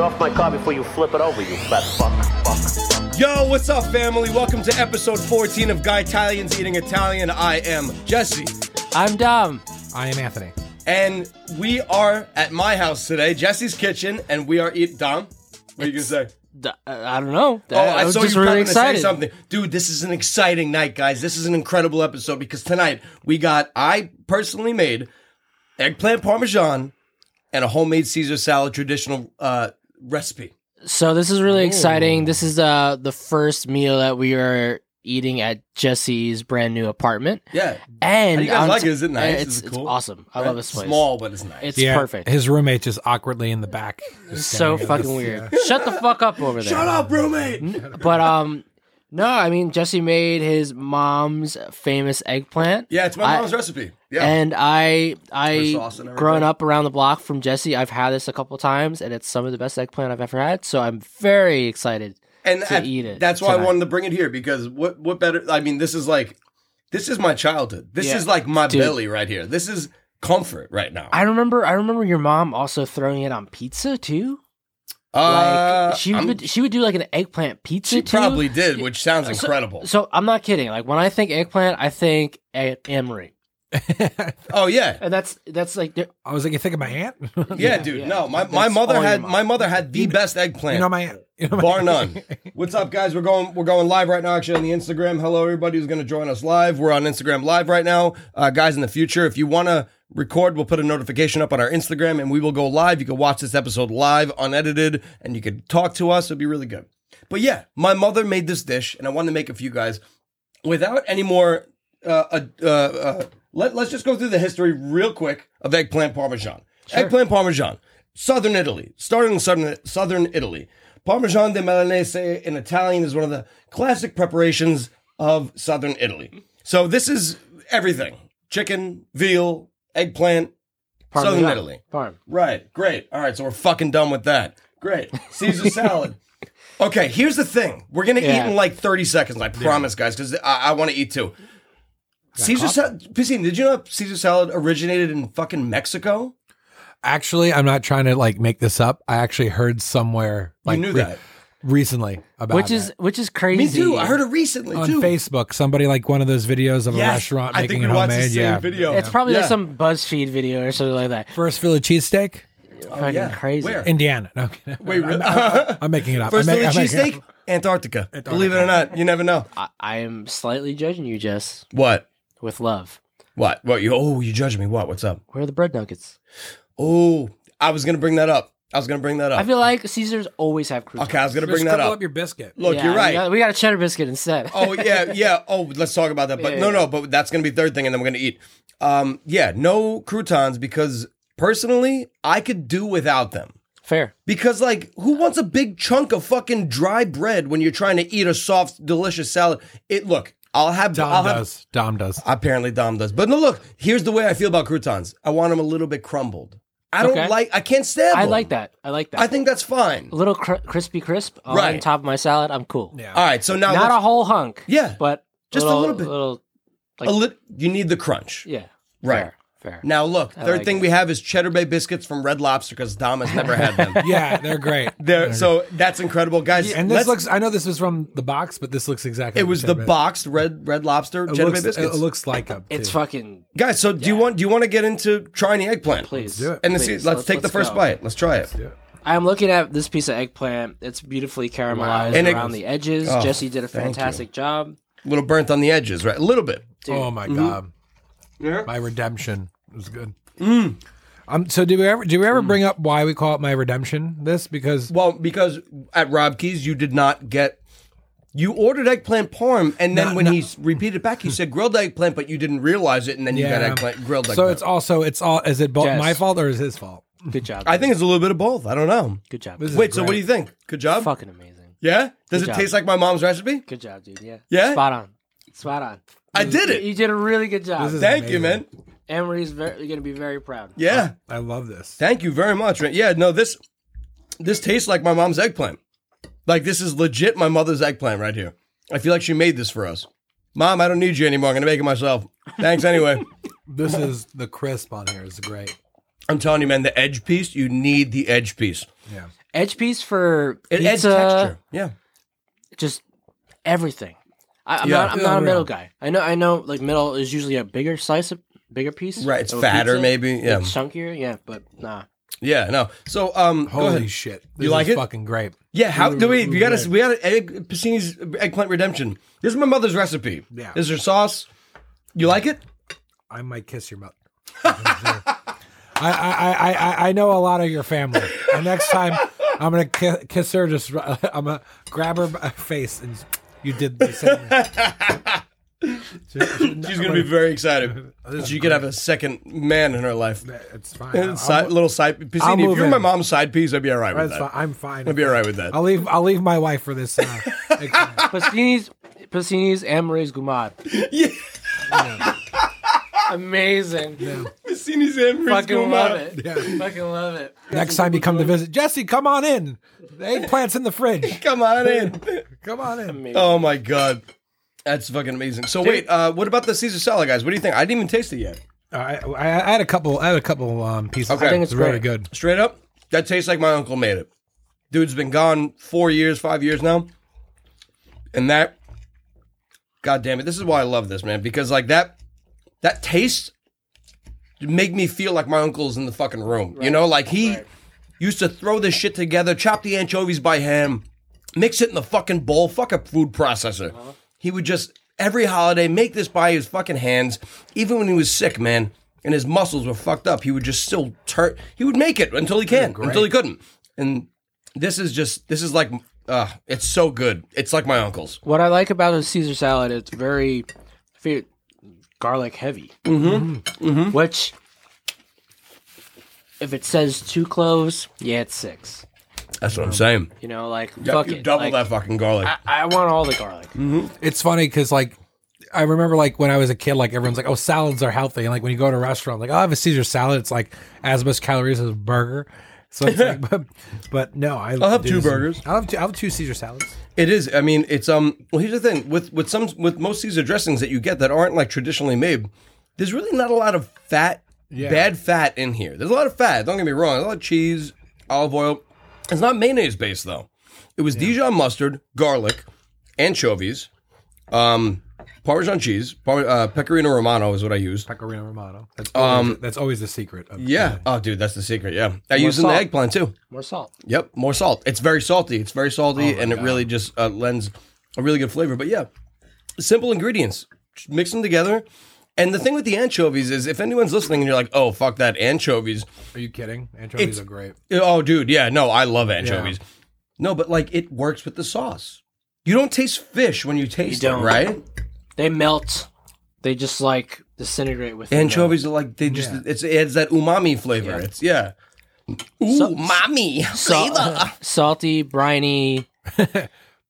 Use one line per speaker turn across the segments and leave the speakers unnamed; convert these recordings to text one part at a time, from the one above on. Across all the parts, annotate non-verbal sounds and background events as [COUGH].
off my car before you flip it over, you fat fuck. fuck.
Yo, what's up, family? Welcome to episode 14 of Guy Italians Eating Italian. I am Jesse,
I'm Dom.
I am Anthony.
and we are at my house today, Jesse's kitchen, and we are eat Dom. What are you gonna say?
D- uh, I I don't know.
Oh,
I,
I
was
saw
just
you were
really
prepping to say
excited.
something, dude. This is an exciting night, guys. This is an incredible episode because tonight we got I personally made eggplant parmesan and a homemade Caesar salad traditional uh, recipe.
So this is
Oh.
really exciting. This is uh, the first meal that we are eating at Jesse's brand new apartment.
Yeah,
And
How you guys
on
like
t-
it? Is it nice?
It's,
Is it
it's
cool?
awesome. I love this place.
Small, but it's nice.
It's
Yeah,
perfect.
His roommate just awkwardly in the back. just
so
staring at
fucking
us.
weird. Shut the fuck up over there.
Shut up, roommate.
But um, no, I mean Jesse made his mom's famous eggplant.
Yeah, it's my
I-
mom's recipe. Yeah,
And I,
With sauce and
I,
everything.
growing up around the block from Jesse, I've had this a couple times, and it's some of the best eggplant I've ever had. So I'm very excited.
and I-
to eat it
That's why I
tonight.
wanted to bring it here because what what better? I mean, this is like this is my childhood. This
Yeah.
is like my
Dude.
belly right here. This is comfort right now.
I remember, I remember your mom also throwing it on pizza too.
Uh,
like she
I'm-
would, she would do like an eggplant pizza.
she
too.
probably did, which sounds
So-
incredible.
So I'm not kidding. Like when I think eggplant, I think a- Anne Marie,
oh yeah.
and that's that's like the-
I was like, you think of my aunt? [LAUGHS]
yeah,
you
dude.
yeah.
No, my,
That's
my mother
all your
had
mom.
my mother had the best eggplant,
know my aunt. You know my
bar
aunt?
none. What's up, guys? We're going we're going live right now, actually on the Instagram. Hello, everybody who's going to join us live. We're on Instagram live right now, uh, guys. In the future, if you want to record, we'll put a notification up on our Instagram, and we will go live. You can watch this episode live, unedited, and you can talk to us. It'd be really good. But yeah, my mother made this dish, and I wanted to make it for you guys without any more. Uh, uh, uh, let, let's just go through the history real quick of eggplant parmesan. Eggplant parmesan, southern Italy, starting in southern southern Italy. Parmesan de Milanese in Italian is one of the classic preparations of southern Italy. So this is everything: chicken, veal, eggplant, southern
Parmesan.
Italy.
Parm.
Right. Great. All right. So we're fucking done with that. Great. Caesar salad. Okay. Here's the thing. We're gonna
Yeah.
eat in like 30 seconds. I promise, guys, because I, I want to eat too. Caesar salad. Piscine, did you know Caesar salad originated in fucking Mexico?
Actually, I'm not trying to like make this up. I actually heard somewhere like
knew that.
recently about
which is
it.
which is crazy.
Me too. I heard it recently
on
too.
Facebook. Somebody like one of those videos of
Yes,
a restaurant
I
making
think we
it
watched the
homemade.
same
yeah,
video.
It's probably
Yeah.
like some BuzzFeed video or something like that.
first Philly cheesesteak,
Fucking
Oh, yeah.
crazy.
Where?
Indiana. No, I'm kidding.
Wait, really?
I'm making it
[LAUGHS]
up.
First
I'm
Philly
ma- I'm making it up.
cheesesteak, Antarctica. Believe it or not, you never know.
I, I am slightly judging you, Jess,
What?
with love.
What? What? You? Oh, you judge me. What? What's up?
Where are the bread nuggets?
Oh, I was gonna bring that up. I was gonna bring that
I
up.
feel like Caesars always have croutons.
Okay, I was gonna
Just
bring that
couple
up.
up your biscuit.
Look,
Yeah,
you're right.
We got, we got a cheddar biscuit instead.
oh yeah, yeah. Oh, let's talk about that. But
Yeah,
no,
yeah.
no. But that's gonna be third thing, and then we're gonna eat. Um, yeah, no croutons because personally, I could do without them.
[LAUGHS] fair.
Because like, who wants a big chunk of fucking dry bread when you're trying to eat a soft, delicious salad? It look, I'll have.
Dom
I'll have-
does. Dom does.
Apparently, Dom does. But no, look. Here's the way I feel about croutons. I want them a little bit crumbled. I don't
Okay.
like. I can't stand.
I like that. I like that.
I think that's fine.
a little cr- crispy crisp on
Right.
top of my salad. I'm cool.
Yeah.
All right. So now
Not
let's-
a whole hunk.
Yeah.
but
Just a little bit.
Little,
a lit- you need the crunch.
yeah.
Right.
Fair. fair.
Now look, third
like
thing
it.
we have is Cheddar Bay biscuits from Red Lobster because Dom has never had
[LAUGHS]
them.
yeah, they're great.
[LAUGHS] There, so that's incredible, guys.
And this
let's-
looks, I know this was from the box, but this looks exactly
it was
same,
the
right?
boxed Red Red Lobster
It
Cheddar
looks,
Bay biscuits.
it looks like a.
It's
too.
fucking
guys, so do you want do you want to get into trying the eggplant?
please.
do it.
And let's, see-
please,
let's, take the
let's
first
go.
bite. Let's try it.
I'm looking at this piece of eggplant. It's beautifully caramelized
And it-
around the edges.
Oh,
Jesse did a fantastic job.
A little burnt on the edges, right? A little bit.
Oh my god,
Mm-hmm. Yeah. Mm.
my redemption was good. Um. So do we ever do we ever bring up why we call it my redemption? This because
Well, because at Rob Keys you did not get you ordered eggplant parm, and then when he s- repeated back, he said grilled eggplant, but you didn't realize it, and then you got
Yeah.
eggplant grilled eggplant.
so it's also it's all is it both
Yes.
my fault or is his fault?
Good job.
I think it's a little bit of both. I don't know.
Good job.
This is
Wait, so what
great.
do you think? Good job.
Fucking amazing.
Yeah? Does
Good
it
job.
taste like my mom's recipe?
Good job, dude. Yeah.
Yeah?
Spot on. Spot on.
I did it.
You did a really good job.
This is-
Thank you, man.
amazing.
Emery's very, gonna be very proud.
Yeah.
I love this.
Thank you very much. man. Yeah, no, this this tastes like my mom's eggplant. Like this is legit my mother's eggplant right here. I feel like she made this for us. Mom, I don't need you anymore. I'm gonna make it myself.
[LAUGHS]
Thanks anyway.
This is the crisp on here is great.
I'm telling you, man, the edge piece, you need the edge piece.
Yeah.
edge piece for
It adds
pizza,
texture. Yeah.
just everything. I, I'm
Yeah.
not, I'm not a
Unreal.
middle guy. I know, I know. Like middle is usually a bigger slice, of, bigger piece.
Right. It's
of a
fatter,
Oh, pizza.
maybe. Yeah.
It's chunkier. Yeah, but nah.
yeah. No. So, um, go
Holy
ahead.
shit! This
like
is
it?
Fucking great.
Yeah, how do we? We got
Mm, yeah.
to. We got egg Pacini's eggplant redemption. This is my mother's recipe.
Yeah.
this is her sauce. You like it?
I might kiss your mouth. [LAUGHS] I, I, I, I, I know a lot of your family. And next time, I'm gonna ki- kiss her. Just [LAUGHS] I'm gonna grab her by- face and just- you did the same.
She's gonna be very excited.
[LAUGHS] This is
She could have a second man in her life.
It's fine.
And
I'll-
side, little side
I'll
Pacini. If
move
you're my
in.
mom's side piece, I'd be all right
I'll-
with
it's fine.
that.
I'm fine.
I'd be all right with that.
I'll leave. I'll leave my wife for this.
[LAUGHS]
Uh,
[LAUGHS]
eggplant.
Pacini's Pacini's
[LAUGHS]
Amores Gumad.
Yeah,
Amazing.
Pacini's in.
Fucking love it.
Yeah.
Fucking love it.
next time you come to visit, Jesse, come on in. The eggplant's in the
[LAUGHS]
fridge.
Come on in.
Come on in.
Oh my god, that's fucking amazing. So wait, uh, what about the Caesar salad, guys? What do you think? I didn't even taste it yet.
I, I, I had a couple. I had a couple um, pieces.
Okay. I think
it's
really
great.
good.
Straight up, that tastes like my uncle made it. Dude's been gone four years, five years now. And that, god damn it, this is why I love this, man. Because like that, that taste make me feel like my uncle's in the fucking room. You know, like he used to throw this shit together, chop the anchovies by hand, mix it in the fucking bowl, fuck a food processor. He would just every holiday make this by his fucking hands, even when he was sick, man, and his muscles were fucked up. He would just still turn. He would make it until he can, until he couldn't. And this is just this is like, uh, it's so good. It's like my uncle's.
What I like about the Caesar salad, it's very fe- garlic heavy. Mm-hmm. mm-hmm. Which, if it says two cloves, yeah, it's six.
That's what I'm saying.
You know, like
Yeah,
fuck
you
it.
double
Like,
that fucking garlic.
I want all the garlic.
It's funny because like I remember like when I was a kid, like everyone's like, "Oh, salads are healthy." And like when you go to a restaurant, like, "Oh, I have a Caesar salad." It's like as much calories as a burger. So
[LAUGHS]
it's like, but, but no, I, I'll
have two burgers.
I'll have two, I'll have two Caesar salads.
It is. I mean, it's um. Well, here's the thing with with some with most Caesar dressings that you get that aren't like traditionally made. There's really not a lot of fat, bad fat in here. There's a lot of fat. Don't get me wrong. There's a lot of cheese, olive oil. It's not mayonnaise based though. It was Dijon mustard, garlic, anchovies, um, Parmesan cheese, par- uh, pecorino romano is what I used.
Pecorino Romano. That's always, that's always the secret. Of,
Um, Yeah. Oh, dude, that's the secret. Yeah, I use in the
salt.
eggplant too.
More salt.
Yep, more salt. It's very salty. It's very salty, and it really just uh, lends a really good flavor. But yeah, simple ingredients, just mix them together. And the thing with the anchovies is, if anyone's listening and you're like, "Oh, fuck that anchovies,"
Are you kidding? Anchovies are great.
oh, dude, yeah, no, I love anchovies. No, but like it works with the sauce. You don't taste fish when you taste
don't.
it, right?
They melt. They just like disintegrate with
Anchovies are like they just it's, it adds that umami flavor. It's yeah, umami
Salt,
flavor.
salty, briny,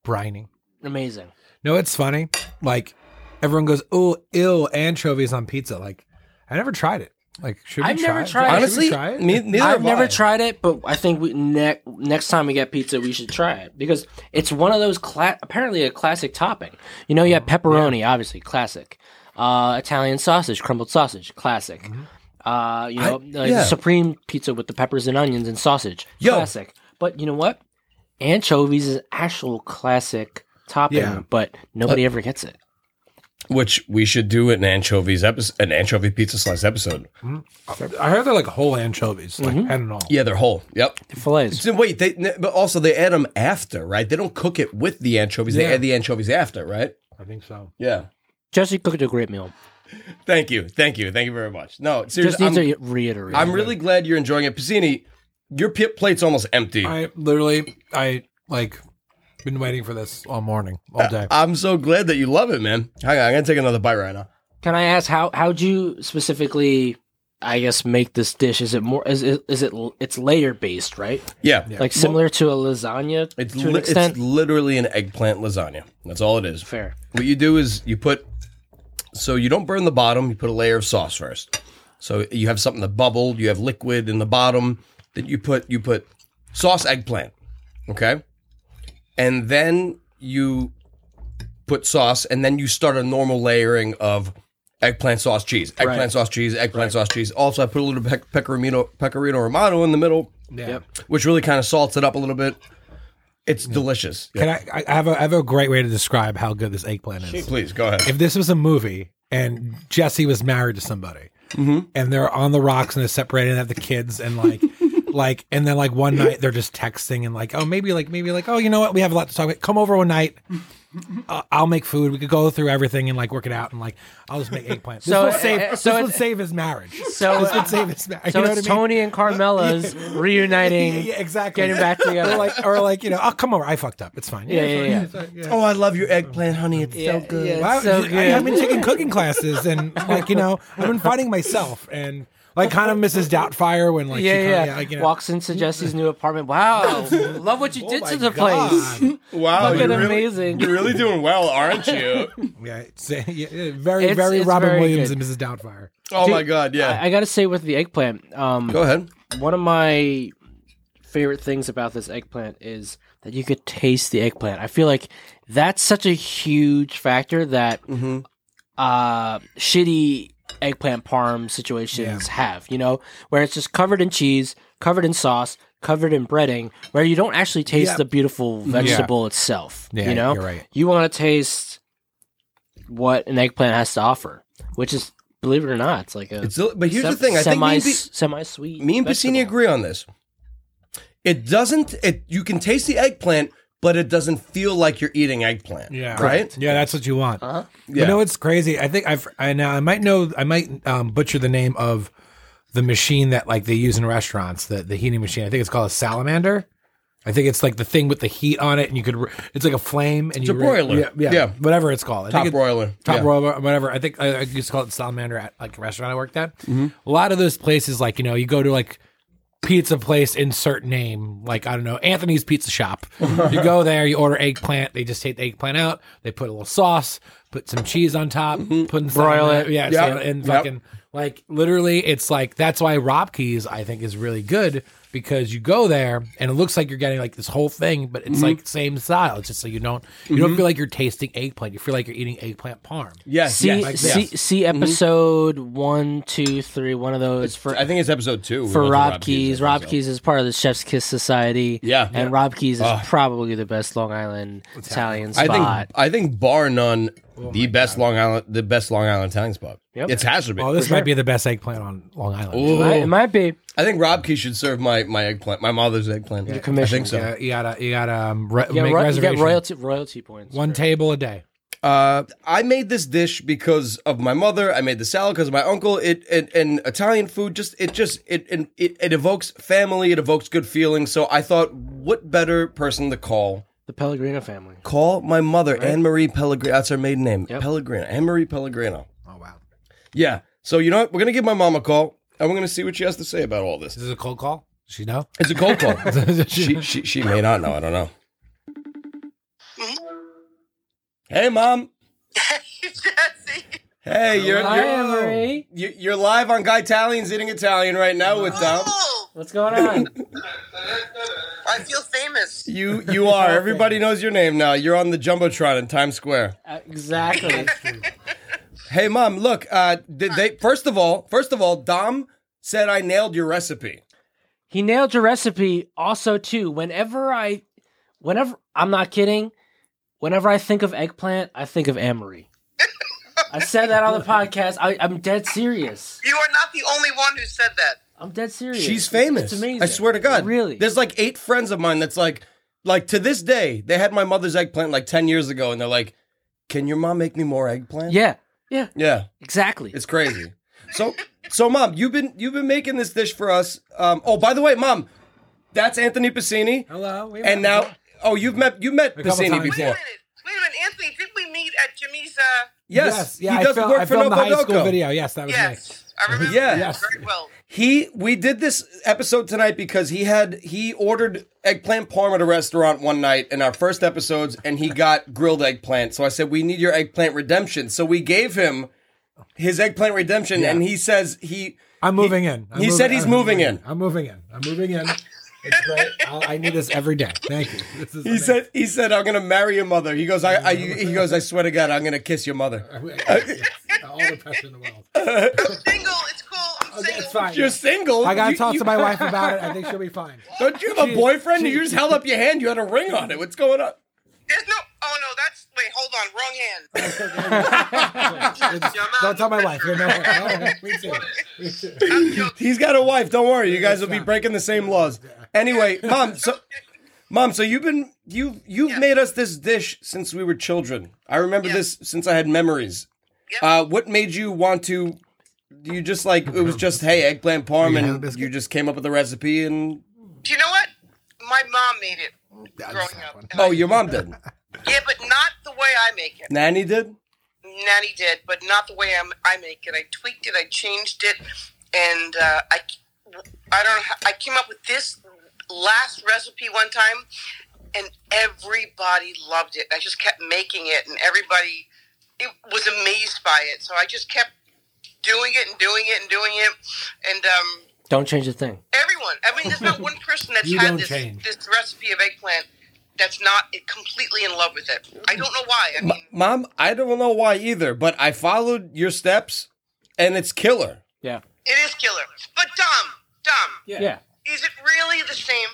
Brining.
amazing.
No, it's funny. Like everyone goes, "Oh, ill anchovies on pizza." Like I never tried it. Like should we
I've
try
never
it?
tried it.
Should we
Honestly,
try it?
me- neither
I've
have
never
I.
tried it, but I think we ne- next time we get pizza, we should try it because it's one of those cla- apparently a classic topping. You know, you
Mm-hmm.
have pepperoni, obviously classic. Uh, Italian sausage, crumbled sausage, classic. Uh, you know, like
Mm-hmm. yeah.
supreme pizza with the peppers and onions and sausage,
Yo.
classic. But you know what? Anchovies is actual classic topping,
Yeah.
but nobody ever gets it.
Which we should do an anchovies episode, an anchovy pizza slice episode.
I heard they're like whole anchovies, like head and all.
Mm-hmm. Yeah, they're whole. Yep.
Fillets.
So wait, they n- but also they add them after, right? They don't cook it with the anchovies.
Yeah.
They add the anchovies after, right?
I think so.
Yeah.
Jesse cooked a great meal.
Thank you, thank you, thank you very much. No,
Just
seriously,
need
I'm,
to reiterate.
I'm really glad you're enjoying it, Piscini. Your p- plate's almost empty. I-
I literally, I like, been waiting for this all morning, all day.
am so glad that you love it, man. Hang on, I'm gonna take another bite right now.
Can I ask how how'd you specifically? I guess make this dish. Is it more? Is it? Is it? It's layer based, right?
Yeah,
Like similar to a lasagna
it's
to an
li-
extent.
it's literally an eggplant lasagna. That's all it is.
Fair.
What you do is you put, so you don't burn the bottom. You put a layer of sauce first. So you have something that bubbled. You have liquid in the bottom. Then you put you put sauce eggplant, okay, and then you put sauce, and then you start a normal layering of eggplant sauce cheese, eggplant
Right.
sauce cheese, eggplant sauce cheese. Also, I put a little pec- pecorino, pecorino romano in the middle,
Yep.
which really kind of salts it up a little bit. It's delicious.
Can I? I I have a I have a great way to describe how good this eggplant is.
Please go ahead.
If this was a movie and Jesse was married to somebody, and they're on the rocks and they're separated and have the kids and like. Like and then like one night they're just texting and like oh maybe like maybe like oh you know what we have a lot to talk about come over one night uh, I'll make food we could go through everything and like work it out and like I'll just make eggplant this
So
would
it-
save
it-
this
so
would
it-
save his marriage
So,
this
uh,
would save his marriage
So
[LAUGHS] you know
it's
what I mean?
Tony and
[LAUGHS]
Carmela's reuniting,
yeah, exactly
getting back together.
[LAUGHS] or like or like you know I'll come over I fucked up it's fine
yeah, yeah, yeah.
Oh, I love your eggplant, honey. It's
Yeah,
so good.
yeah, it's
Oh,
so
Wow, you-
good.
I have been taking cooking classes and like you know I've been fighting myself and like kind of Mrs. Doubtfire when like
yeah,
she kinda,
yeah.
like, you know,
Walks into Jesse's new apartment. Wow, love what you did
"Oh my
to the
God."
place. [LAUGHS]
Wow,
Fucking
you're really,
amazing.
you're really doing well, aren't
[LAUGHS]
you?
yeah, it's, [LAUGHS] yeah, yeah, very
It's-
very
it's
Robin
very
Williams
good.
and Mrs. Doubtfire.
Oh
Dude,
my god, yeah.
I, I gotta say with the eggplant, um,
go ahead.
one of my favorite things about this eggplant is that you could taste the eggplant. I feel like that's such a huge factor that
Mm-hmm.
uh, shitty eggplant parm situations have, you know, where it's just covered in cheese, covered in sauce, covered in breading, where you don't actually taste
Yeah.
the beautiful vegetable itself.
Yeah,
you know,
you're right.
You want to taste what an eggplant has to offer, which is, believe it or not, it's like a
It's, but here's the
sem-
thing. I think
semi
me and, P-
semi sweet.
me and Piscini agree on this. It doesn't. It you can taste the eggplant, but it doesn't feel like you're eating eggplant. Right. Uh-huh.
Yeah, that's what you want.
Yeah.
You know it's crazy. I think I've I now I might know I might um, butcher the name of the machine that like they use in restaurants the the heating machine. I think it's called a salamander. I think it's like the thing with the heat on it, and you could re- it's like a flame and you
a
re-
broiler.
yeah, yeah,
Yeah.
whatever it's called. I
Top
think it-
broiler.
top
Yeah.
row, whatever. I think I, I used to call it salamander at like a restaurant I worked at. A lot of those places, like you know, you go to like pizza place, insert name, like I don't know, Anthony's Pizza Shop. you go there, you order eggplant. They just take the eggplant out. They put a little sauce, put some cheese on top, put in
Broil it.
yeah,
Mm-hmm. Yep.
so- and
Yep.
fucking like literally, it's like that's why Robkeys I think is really good. Because you go there and it looks like you're getting like this whole thing, but
Mm-hmm.
it's like same style. It's just so you don't you don't feel like you're tasting eggplant. You feel like you're eating eggplant parm.
Yes.
See,
yes, yes.
see, see episode one, two, three, one of those for
I think Mm-hmm. it's episode two.
for Rob Keys. Rob Keys is part of the Chef's Kiss Society.
Yeah.
and
Yeah.
Rob Keys is probably the best Long Island Italian
I
spot.
think. I think bar none, the best Long Island, the best Long Island Italian spot.
Yep.
It's has to be.
Oh, this might be the best eggplant on Long Island.
Ooh.
Might- it might be
I think Rob Key should serve my my eggplant, my mother's eggplant. I
commission,
think so.
Yeah, you gotta, you gotta um, re-
you
make
get, ro- you get
reservations.
royalty royalty points.
One table a day.
Uh, I made this dish because of my mother. I made the salad because of my uncle. It, it and Italian food just it just it, it it it evokes family. It evokes good feelings. So I thought, what better person to call?
the Pellegrino family.
Call my mother, Anne Marie Pellegrino. That's her maiden name,
Yep.
Pellegrino. Anne Marie Pellegrino.
Oh wow,
Yeah. So you know what? We're gonna give my mom a call, and we're gonna see what she has to say about all this.
this is a cold call. Does She know.
It's a [LAUGHS] cold call. she, she she may not know. I don't know. Hey, mom.
[LAUGHS] Jesse.
Hey, you're
Hi,
you're,
Emery.
You- You're live on Guy Italian's Eating Italian right now with uh, Tom.
Oh,
What's going
[LAUGHS]
on?
I feel famous.
You you are. Everybody knows your name now. You're on the jumbotron in Times Square.
Uh, exactly.
Hey, mom. Look. Uh, did they? First of all, first of all, Dom said I nailed your recipe.
He nailed your recipe also too. Whenever I whenever I'm not kidding, whenever I think of eggplant, I think of Amory. I said that on the podcast. I, I'm dead serious.
You are not the only one who said that.
I'm dead serious.
She's
It's-
famous.
It's amazing.
I swear to God.
Really?
There's like eight friends of mine that's like, like to this day, they had my mother's eggplant like ten years ago, and they're like, "Can your mom make me more eggplant?"
yeah. Yeah.
Yeah.
Exactly.
It's crazy. So, so mom, you've been you've been making this dish for us. Um, oh, by the way, mom, that's Anthony Piscini.
Hello. we-
And now, oh, you've met you met
A couple
Piscini
times.
Wait a
before.
minute. Wait a minute, Anthony. Did we meet at Jimmy's? Uh,
Yes,
yeah,
he
I,
does
fil-
work
I
for
filmed the high
Novo
school
Doco.
video. Yes, that was me.
yes, I remember.
Yeah.
that
Yes.
Very well.
He we did this episode tonight because he had he ordered eggplant parm at a restaurant one night in our first episodes, and he got grilled eggplant. So I said, "We need your eggplant redemption." So we gave him his eggplant redemption, and he says he
I'm moving in. I'm
he
moving-
said he's
I'm
moving in.
I'm moving in. I'm moving in. It's great. I'll, I need this every day. Thank you. This is
He said, "He said I'm gonna marry your mother." He goes, "I." I he goes, "I swear to God, I'm gonna kiss your mother."
amazing. All the pressure in the world.
[LAUGHS]
I'm single. It's cool. I'm
Okay,
single.
it's fine.
You're single.
I gotta
You-
talk
you- [LAUGHS]
to my wife about it. I think she'll be fine.
Don't you have a
She-
boyfriend? you just held up your hand. You had a ring on it. What's going on?
There's no. Oh no, that's wait. Hold on. Wrong hand.
It's- [LAUGHS] don't tell my wife.
[LAUGHS]
You know, [LAUGHS] no, me too.
I'm joking.
He's got a wife. Don't worry. You guys will be breaking the same laws.
[LAUGHS]
Anyway, mom. So, mom. So you've been you you've
Yeah.
made us this dish since we were children. I remember
Yeah.
this since I had memories.
Yeah.
Uh, what made you want to? You just like it was just hey eggplant parm,
You have a
and
biscuit?
you just came up with the recipe, and
Do you know what? My mom made it
That's
growing
that
up.
one.
And I-
oh, your mom did.
Yeah, but not the way I make it.
Nanny did.
Nanny did, but not the way I'm, I make it. I tweaked it. I changed it, and uh, I, I don't. know how- I came up with this last recipe one time, and everybody loved it. I just kept making it, and everybody it was amazed by it. So I just kept doing it and doing it and doing it, and um,
Don't change a thing.
everyone. I mean,
[LAUGHS]
there's not one person that's
You
had
don't
this
change.
this recipe of eggplant that's not completely in love with it. I don't know why. I mean,
M- mom, I don't know why either, but I followed your steps, and it's killer.
Yeah.
it is killer, but dumb, dumb.
Yeah.
Is it really the same?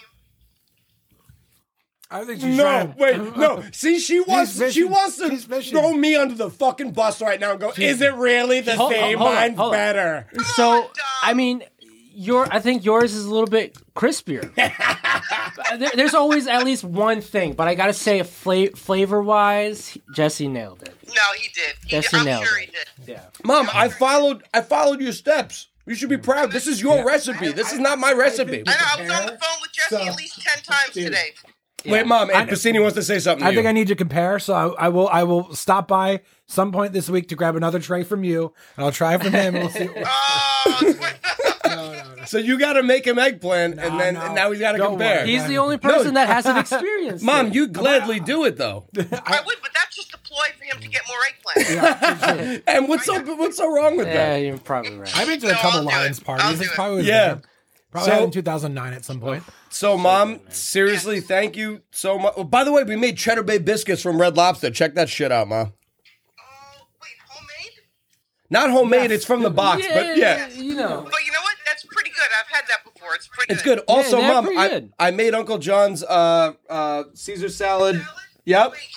I think she's
No,
trying.
wait, no. See, she wants
He's
she
fishing.
wants to
He's fishing.
throw me under the fucking bus right now and go, is it really the
Hold-
same?
hold on,
Mine's
hold on.
better.
So I mean, your I think yours is a little bit
[LAUGHS]
crispier. There- There's always at least one thing, but I gotta say, fla- flavor wise, Jesse nailed it.
No, he did. He
Yes,
did.
he
I'm
nailed
sure
it.
he did.
Yeah.
Mom, I followed I followed your steps. You should be proud. This is your recipe. This is not my recipe.
I know. I was on the phone with Jesse
So-
at least ten times today.
Wait, mom, and Pacini wants to say something.
I
to
think
you.
I need to compare, so I, I will. I will stop by some point this week to grab another tray from you, and I'll try from him. And we'll
[LAUGHS]
see.
Oh,
[LAUGHS]
so you got to make him eggplant, and
No,
then
no.
and now he's got to
Don't
compare.
worry.
He's the only person that hasn't experienced.
Mom,
it.
you gladly do it though.
I would, but that's just a ploy for him to get more eggplant.
And what's so what's so wrong with
Yeah,
that?
you're probably right.
I've been to a
No,
couple
I'll do
Lions
it. I'll
parties.
do
It's
it.
probably was
Yeah.
them. probably
So-
had in 2009 at some point.
So, mom, seriously, thank you so much. Oh, by the way, we made cheddar bay biscuits from Red Lobster. Check that shit out, mom.
Oh, wait, homemade?
Not homemade, it's from the box, but yeah.
you know.
But you know what? That's pretty good. I've had that before. It's pretty.
It's good. Also,
they're
mom,
pretty
I,
good.
I made Uncle John's uh, uh, Caesar salad. Yep.
Wait,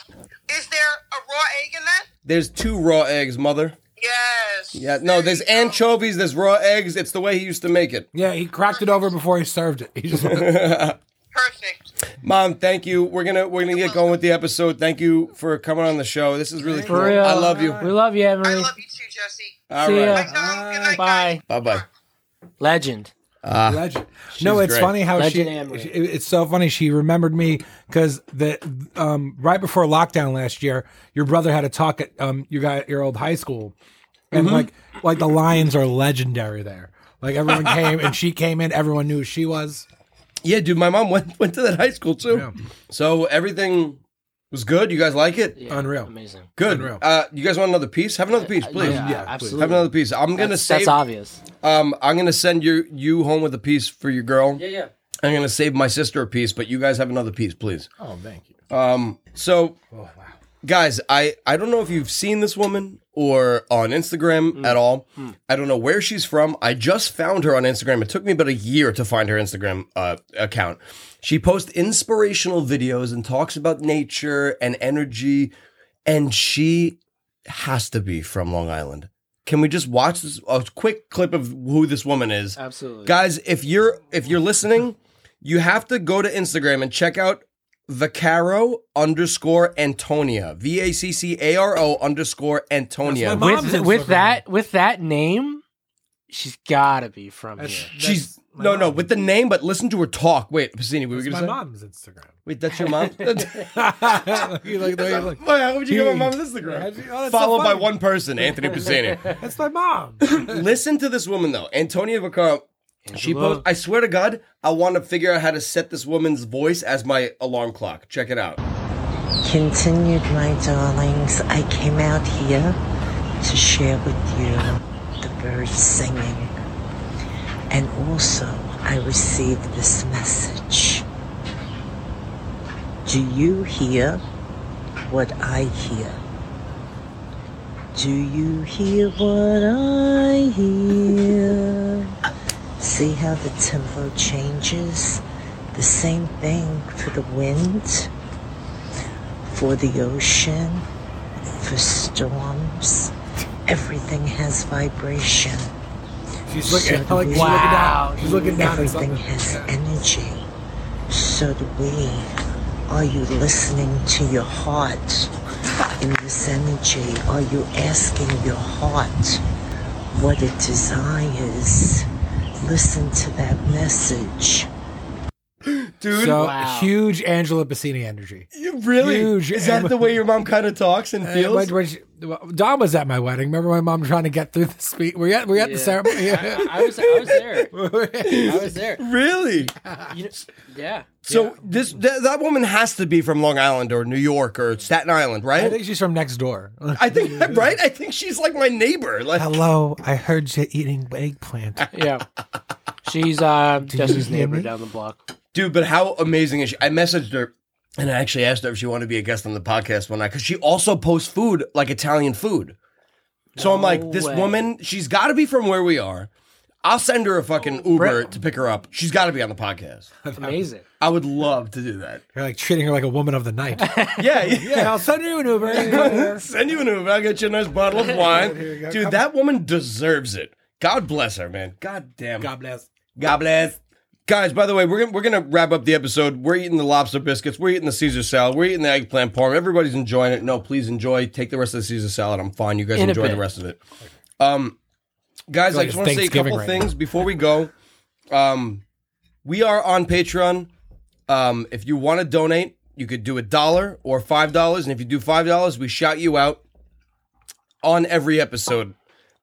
is there a raw egg in that?
There's two raw eggs, mother.
Yes.
Yeah, no,
There
there's
you go.
anchovies, there's raw eggs. It's the way he used to make it.
Yeah, he cracked it over before he served it. He just
Perfect.
Mom, thank you. We're gonna we're gonna get going with the episode. Thank you for coming on the show. This is really cool.
For real.
I love you.
We love you,
I
Emery.
love you too, Jesse.
All
See ya.
right.
Tom, good night, guys.
Bye.
Bye bye.
Legend.
[LAUGHS] legend. No, it's
great.
funny how
Legend
she,
Amory.
she- It's so funny she remembered me because the um, right before lockdown last year, your brother had a talk at um, you got your old high school, and
Mm-hmm.
like like the Lions are legendary there.
[LAUGHS]
Like everyone came and she came in. Everyone knew who she was.
Yeah, dude, my mom [LAUGHS] went went to that high school too.
Yeah.
So everything was good. You guys like it?
Yeah,
Unreal.
Amazing.
Good.
Unreal.
Uh, you guys want another piece? Have another piece, please.
Uh, Yeah,
yeah,
absolutely.
Have another piece. I'm gonna
That's,
save.
that's obvious.
um, I'm gonna send you you home with a piece for your girl.
yeah.
I'm gonna save my sister a piece, but you guys have another piece, please.
Oh, thank you.
Um, so
Oh wow.
guys, I I don't know if you've seen this woman or on Instagram
Hmm.
at all. I don't know where she's from. I just found her on Instagram. It took me about a year to find her Instagram uh, account. She posts inspirational videos and talks about nature and energy, and she has to be from Long Island. Can we just watch this, a quick clip of who this woman is?
Absolutely.
guys if you're if you're listening you have to go to instagram and check out vacaro underscore antonia v-a-c-c-a-r-o underscore antonia
That's my mom's
with
Instagram.
with that with that name, she's gotta be from
That's-
here.
that's
she's
my
no no
mom.
with the name but listen to her talk wait Piscini, we were
That's
you
my
gonna say
mom's Instagram. [LAUGHS]
wait that's your mom That's-
you like the way you look.
Why, how would you get my mom's
Oh,
instagram
that's so
followed by
funny.
one person anthony
[LAUGHS]
Piscini.
That's
[LAUGHS]
my mom.
listen to this woman though antonia vacaro she
Angela.
posts i swear to god i want to figure out how to set this woman's voice as my alarm clock check it out
Continued, my darlings, I came out here to share with you the birds singing. And also, I received this message. Do you hear what I hear? Do you hear what I hear? See how the tempo changes? The same thing for the wind, for the ocean, for storms. Everything has vibration.
She's looking,
So
like,
do
she's
we.
looking down. She's looking down at
Everything
something.
has
Yeah.
energy. So do we. Are you listening to your heart in this energy? Are you asking your heart what it desires? Listen to that message.
Dude,
So
Wow.
huge Angela Bassini energy.
you really?
huge.
Is that the way your mom kind of talks and
Uh,
feels?
when- when she- well, Don was at my wedding. Remember my mom trying to get through the speech? Were you at, were you at the
Yeah.
ceremony? Yeah.
I was, I was there. I
[LAUGHS]
[LAUGHS] was there.
Really?
You know, yeah.
So this th- that woman has to be from Long Island or New York or Staten Island, right?
[LAUGHS] I think she's from next door.
I think [LAUGHS] right. I think she's like my neighbor. Like,
[LAUGHS] Hello, I heard you eating eggplant.
Yeah. She's uh, Jesse's
hear
neighbor
me?
down the block.
dude, but how amazing is she? I messaged her and I actually asked her if she wanted to be a guest on the podcast one night because she also posts food like Italian food. So I'm like, this
way.
woman, she's got to be from where we are. I'll send her a fucking Uber to pick her up. She's got to be on the podcast.
Amazing.
I would love to do that.
You're like treating her like a woman of the night.
Yeah, yeah.
yeah, I'll send you an Uber.
Send you an Uber. I'll get you a nice bottle
[LAUGHS]
of wine. Dude, that woman deserves it. God bless her, man. God damn. [LAUGHS] God,
God bless.
bless. Guys, by the way, we're gonna, we're gonna wrap up the episode. We're eating the lobster biscuits. We're eating the Caesar salad. We're eating the eggplant parm. Everybody's enjoying it. No, please enjoy. Take the rest of the Caesar salad. I'm fine. You guys
In a
enjoy
bit.
the rest of it. Um, guys,
like
I just
it's
want to say a
Thanksgiving
couple
right
things before we go. Um, we are on Patreon. Um, if you want to donate, you could do a dollar or five dollars, and if you do five dollars, we shout you out on every episode.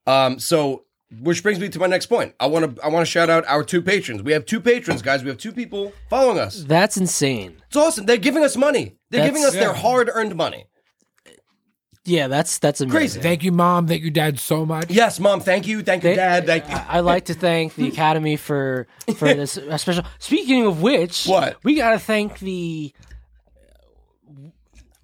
Um, so which brings me to my next point. I want to I want to shout out our two patrons. We have two patrons, guys. We have two people following us.
[LAUGHS] That's insane.
It's awesome. They're giving us money. They're
That's-
giving us their
yeah.
hard earned money.
Yeah, that's that's amazing.
Crazy.
Thank you, mom. Thank you, dad, so much.
Yes, mom. Thank you. Thank you,
They-
dad. Thank you.
I like to thank the Academy for for this
[LAUGHS]
uh, special. Speaking of which,
What?
we got to thank the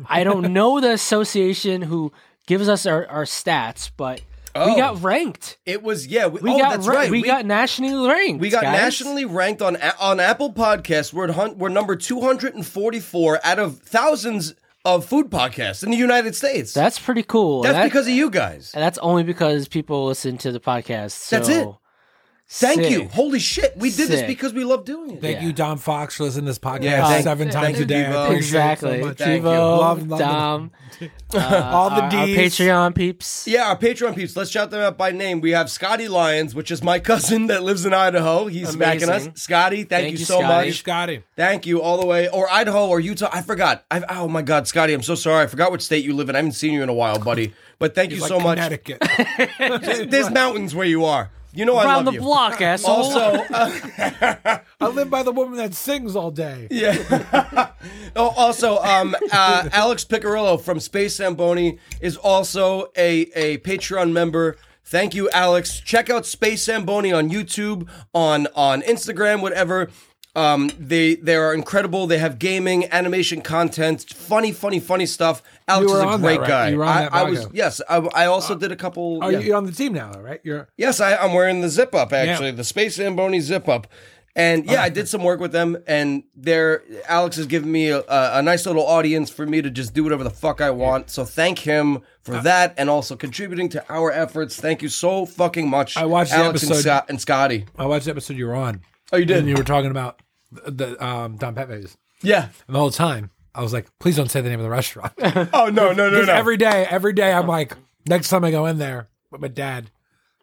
I don't know the association who gives us our, our stats, but
Oh.
we got ranked.
It was yeah. We,
We
oh,
got
that's
ra-
right.
We, got nationally ranked.
We got
guys.
nationally ranked on A- on Apple Podcasts. We're at hun- we're number two hundred and forty four out of thousands of food podcasts in the United States.
That's pretty cool.
That's
That-
because of you guys.
and that's only because people listen to the podcast. So
That's it. Thank
sick.
you. Holy shit, we did this
Sick.
because we love doing it.
Thank
Yeah.
you, Don Fox, for listening to this podcast
Yeah, thank-
seven
thank
times
you,
a day. I
Devo.
appreciate it so
Exactly.
much.
Thank
Tivo,
you.
Love, love, love.
Dom, uh,
[LAUGHS] All the
our, our
D's.
Patreon peeps.
Yeah, our Patreon peeps. Let's shout them out by name. We have Scotty Lyons, which is my [LAUGHS] cousin that lives in Idaho. He's
Amazing.
backing us. Scotty, thank,
Thank
you
you,
so
Scotty.
much.
Scotty.
Thank you all the way, or Idaho, or Utah. I forgot. I've, oh my God, Scotty, I'm so sorry. I forgot what state you live in. I haven't seen you in a while, buddy. But thank
He's
you
like
so much. [LAUGHS]
Connecticut.
There's mountains where you are. You know I
Around
love
the
you.
block, asshole.
Also,
[LAUGHS]
uh,
I live by the woman that sings all day.
oh, also, um, uh, Alex Picarillo from Space Zamboni is also a a Patreon member. Thank you, Alex. Check out Space Zamboni on YouTube, on on Instagram, whatever. Um, they they are incredible. They have gaming, animation content, funny, funny, funny stuff. Alex
You were
is a
on that,
great
right?
guy.
You were on
I,
that
I was
podcast.
yes. I, I also did a couple.
Are
yeah.
you you're on the team now, right? You're
Yes, I, I'm wearing the zip up actually, the Space Zamboni zip up. And
Uh-huh.
yeah, I did some work with them, and they're Alex has given me a, a, a nice little audience for me to just do whatever the fuck I want. So thank him
Uh,
for that, and also contributing to our efforts. Thank you so fucking much.
I watched the
Alex and,
episode.
Scott and Scotty.
I watched the episode you were on.
Oh, you did?
And you were talking about the, the um, Don Pepe's.
Yeah.
And the whole time, I was like, please don't say the name of the restaurant.
[LAUGHS]
Because
Oh no, no, no, no.
every day, every day, I'm like, next time I go in there with my dad,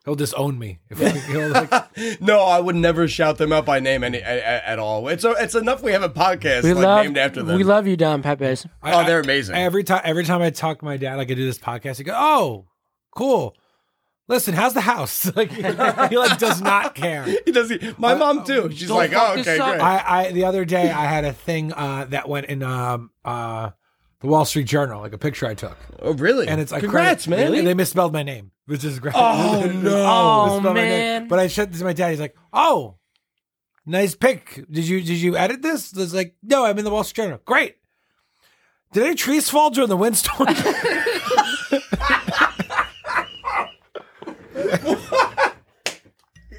he'll disown me. [LAUGHS] If
[LAUGHS]
he'll like,
Oh, no, I would never shout them out by name any, at, at all. It's it's enough we have a podcast
we
like
love
named after them.
we love you, Don Pepes.
I-
oh,
I-
they're amazing.
every time, every time I talk to my dad, like I do this podcast, he goes, "Oh, cool. Listen, how's the house?" [LAUGHS] Like he like does
[LAUGHS]
not care.
[LAUGHS] he does. My mom too. She's
don't
like,
fuck
oh,
this
okay,
up.
great.
I, I the other day I had a thing uh, that went in um, uh, the Wall Street Journal, like a picture I took,
oh, really?
and it's like
congrats, man.
And they misspelled my name, which is great. [LAUGHS]
Oh, no.
Oh,
Misspelled my name.
man.
But I showed this to my dad. He's like, "Oh, nice pic. Did you did you edit this?" It's like, "No, I'm in the Wall Street Journal. Great. Did any trees fall during the windstorm?" [LAUGHS]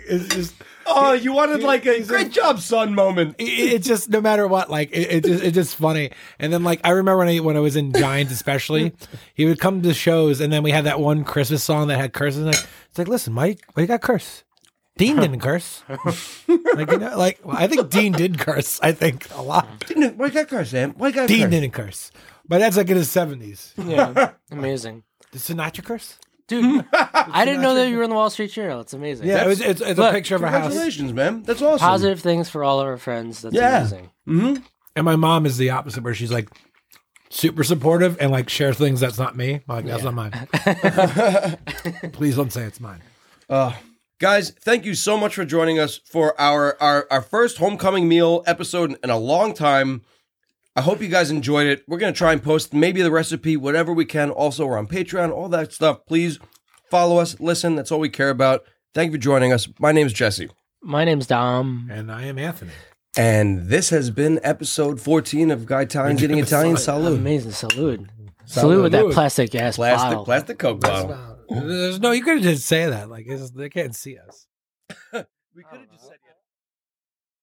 It's just
Oh, you wanted like a great job, son moment.
it- it- it's just no matter what, like it, it just it's just funny. And then like I remember when I when I was in Giants, especially, he would come to shows, and then we had that one Christmas song that had curses. And like it's like, listen, Mike, why you got curse? Dean didn't curse. like you know, like well, I think Dean did curse. I think a lot.
Why got car, Sam? Why got
Dean didn't curse, but that's like in his seventies.
Yeah, amazing.
Did Sinatra curse?
[LAUGHS]
Dude, I didn't know that you were in the Wall Street Journal. It's amazing.
Yeah, it was, it's, it's
Look,
a picture of a house.
Congratulations, man. That's awesome.
Positive things for all of our friends. That's
Yeah.
amazing.
And my mom is the opposite, where she's like super supportive and like shares things that's not me. I'm like that's not mine. [LAUGHS] Please don't say it's mine.
Guys, thank you so much for joining us for our, our our first homecoming meal episode in a long time. I hope you guys enjoyed it. We're gonna try and post maybe the recipe, whatever we can. Also, we're on Patreon, all that stuff. Please follow us, listen. That's all we care about. Thank you for joining us. My name's Jesse,
My name's Dom.
And I am Anthony.
and this has been episode 14 of Guy Tynes Eating Italian Salute.
Amazing. Salute. Salute with that plastic ass
Plastic
bottle.
plastic coke bottle.
There's no, you could have just say that. Like it's, they can't see us.
We could have just said.